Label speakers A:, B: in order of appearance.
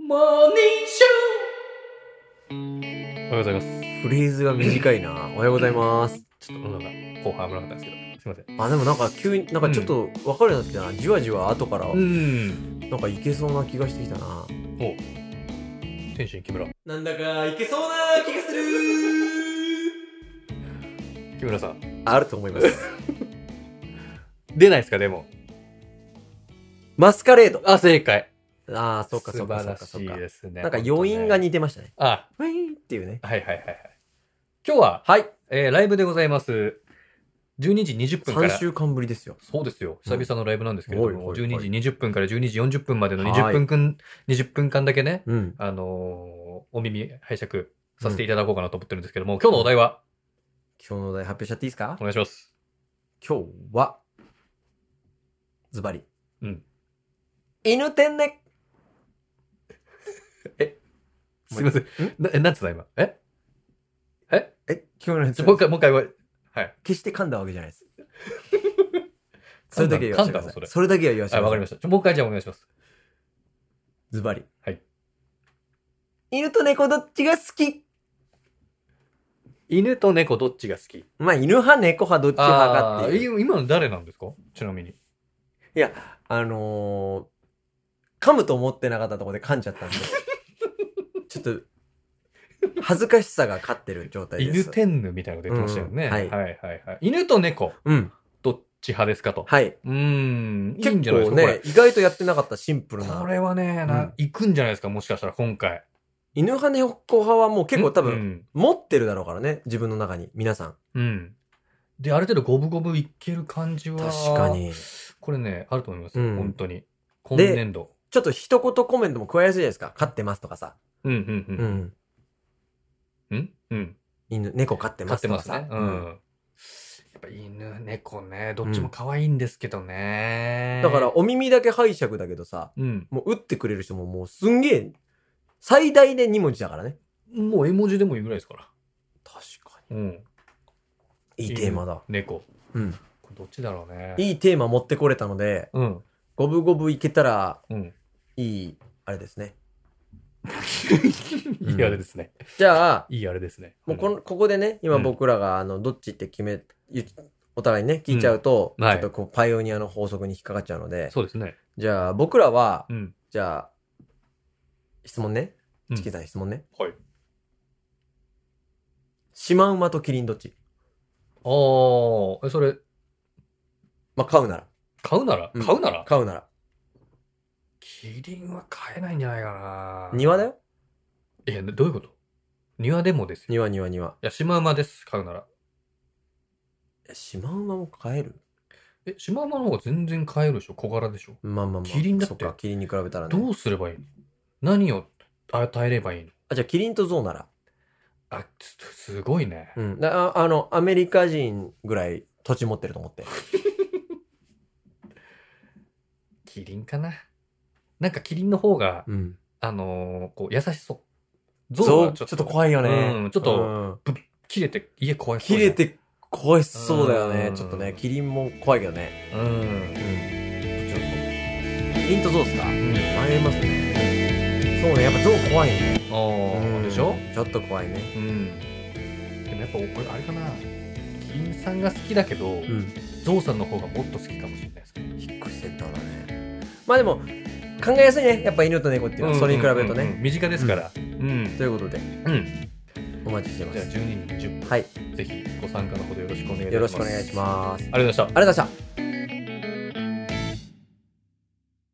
A: モーニングシ
B: おはようございます。
C: フレーズが短いな。おはようございます。
B: ちょっと喉が後半危なかったんですけど、すいません。
C: あ、でもなんか急に、なんかちょっと分かるようになってきたな。じわじわ後から、
B: ん。
C: なんかいけそうな気がしてきたな。
B: お天心木村。
A: ョーなんだかいけそうな気がする
B: 木村さん。
C: あると思います。
B: 出ないですか、でも。
C: マスカレード。
B: あ、正解。
C: ああ、そっかそ
B: 素
C: っか
B: 晴
C: そ
B: ら
C: っかそ
B: し
C: っ
B: い
C: か。
B: ですね。
C: なんか余韻が
B: 本当ね。
C: 似てましたね。
B: あ、
C: ウィーンっていうね。
B: はいはいはいはい。今日は、
C: はい。
B: えーライブでございます。12時20分から。
C: 3週間ぶりですよ。
B: そうですよ。久々のライブなんですけれども、
C: うんはいはい
B: 12
C: はい
B: 時20分から12時40分までの
C: は
B: 20
C: い
B: 分間、20分間だけね、
C: うん。
B: あのーお耳拝借させていただこうかなと思ってるんですけども、今日のお題は、
C: 今日のお題発表しちゃっていいですか
B: お願いします。
C: 今日は、ズバリ。
B: うん。
C: 犬天ね。
B: すいません。な、え、なんつった今。え
C: え、今日のや
B: ち
C: つ
B: ょ、もう一回、もう一回は、はい。
C: 決して噛んだわけじゃないです。それだけは言わせてくだ
B: 噛んだ
C: さ
B: のそれ
C: い。それだけは言わせて
B: あ、
C: ください
B: わかり。ました。ちょもう一回じゃあお願いします。
C: ズバリ。
B: はい。
C: 犬と猫どっちが好き
B: 犬と猫どっちが好き
C: まあ、犬派、猫派、どっち派かっていう。
B: あーい今の誰なんですかちなみに。
C: あのー、噛むと思ってなかったところで噛んじゃった んで。ちょっと、恥ずかしさが勝ってる状態です。
B: 犬天狗みたいなこと言ってましたよね。
C: うんはい
B: はいはいはい犬と猫、
C: うん。
B: どっち派ですかと。
C: はい。
B: うーん。いいんじ
C: 結
B: ゃないです
C: 構
B: か、
C: ね、意外とやってなかったシンプ
B: こ
C: ル
B: れ。こ
C: な。
B: れはね、な、
C: うん
B: 行くんじゃないですかもしかしたら今回。
C: 犬派、猫派はもう結構多
B: う
C: 分、
B: ん。
C: 持ってるだろうからね。自分の中に。皆さん。
B: うん。で、ある程度五分五分いける感じは。
C: 確か。に。
B: これね、あると思いますよ。
C: うん
B: 本当に。今年度。
C: ちょっと一言コメントも加えやすいじゃないですか。飼ってますとかさ。
B: うんうんう
C: う
B: ん。
C: ん。
B: うんうん。
C: 犬、猫飼って
B: 飼
C: ま
B: っ
C: す
B: て
C: と
B: ま
C: か
B: す
C: さ。
B: ね。うん。やっぱ犬、猫ね、どっちも可愛いんですけどね。
C: だから、お耳だけ拝借だけどさ、
B: うん。
C: もう打ってくれる人ももうすんげえ、最大で2文字だからね。
B: もう絵文字でもいいぐらいですから。
C: 確か
B: うん。
C: に。いいテーマだ。
B: 猫。
C: うん。
B: これどっちだろうね。
C: いいテーマ持ってこれたので、
B: うん。
C: 五分五分いけたら
B: うん。
C: いい、あれですね。
B: いいあれですね。
C: じゃあ、
B: いいあれですね。
C: もうこの、ここでね、今
B: うん
C: 僕らが、あの、どっちって決め、ゆお互いにね、聞いちゃうと、
B: うんはい
C: ちょっとこう、パイオニアの法則に引っかかっちゃうので、
B: そうですね。
C: じゃあ、僕らは、
B: うん。
C: じゃあ、質問ね
B: う。ん
C: チキンさん質問ね。
B: はい。
C: シマウマとキリンどっち
B: あー、えそれ、
C: まあ、飼うなら。
B: 買うなら
C: うん
B: 買うなら
C: 飼うなら。
B: キリンは買えないんじゃないかな。
C: 庭だよ
B: いや、どういうこと庭でもですよ。い
C: 庭庭庭。
B: や、シマウマです。買うなら。
C: えシマウマも飼える
B: え、シマウマの方が全然買えるでしょ小柄でしょ
C: まあまあまあ。
B: キリンだっ
C: そ
B: て
C: っか、キリンに比べたらね。
B: どうすればいいの何を与えればいいの
C: あ、じゃあキリンとゾウなら。
B: あ、すすごいね。
C: うん。だああの、アメリカ人ぐらい土地持ってると思って。
B: キリンかな。なんかキリンの方が、
C: うん。
B: あのーこう、優しそう。
C: ゾウ
B: 象は
C: ちょっと怖いよね。
B: うんちょっ
C: う
B: と
C: ん
B: 切れて、家壊そう
C: 切
B: じゃ
C: れ
B: ん。
C: て怖いそうだよね
B: う。ん
C: ちょっとね、キリンも怖いけどね。
B: うん。
C: うん。
B: ちょっ
C: キリンとゾウっすか
B: と
C: 迷
B: うん
C: いますね。そうね、やっぱゾウ怖いね。
B: あー
C: うん
B: でしょ
C: ちょっと怖いね。
B: うん。でもやっぱ、これあれかな。キリンさんが好きだけど、
C: うん。
B: ゾウさんの方がもっと好きかもしれないですね。
C: 引っ越しセンターだね。まあでも、考えやすいね。やっぱ犬と猫っていうのは、それに比べると
B: うんうんうん
C: ね。
B: うん。身近ですから。うん。
C: ということで、
B: うん
C: お待ちしてま
B: じゃあ
C: す。
B: 12人10分、
C: はい。
B: ぜひご参加のほどよろしくお願いいたします。
C: よろしくお願いします。ありがとう
B: ありがとう
C: ご
B: ございました。
C: ざいました。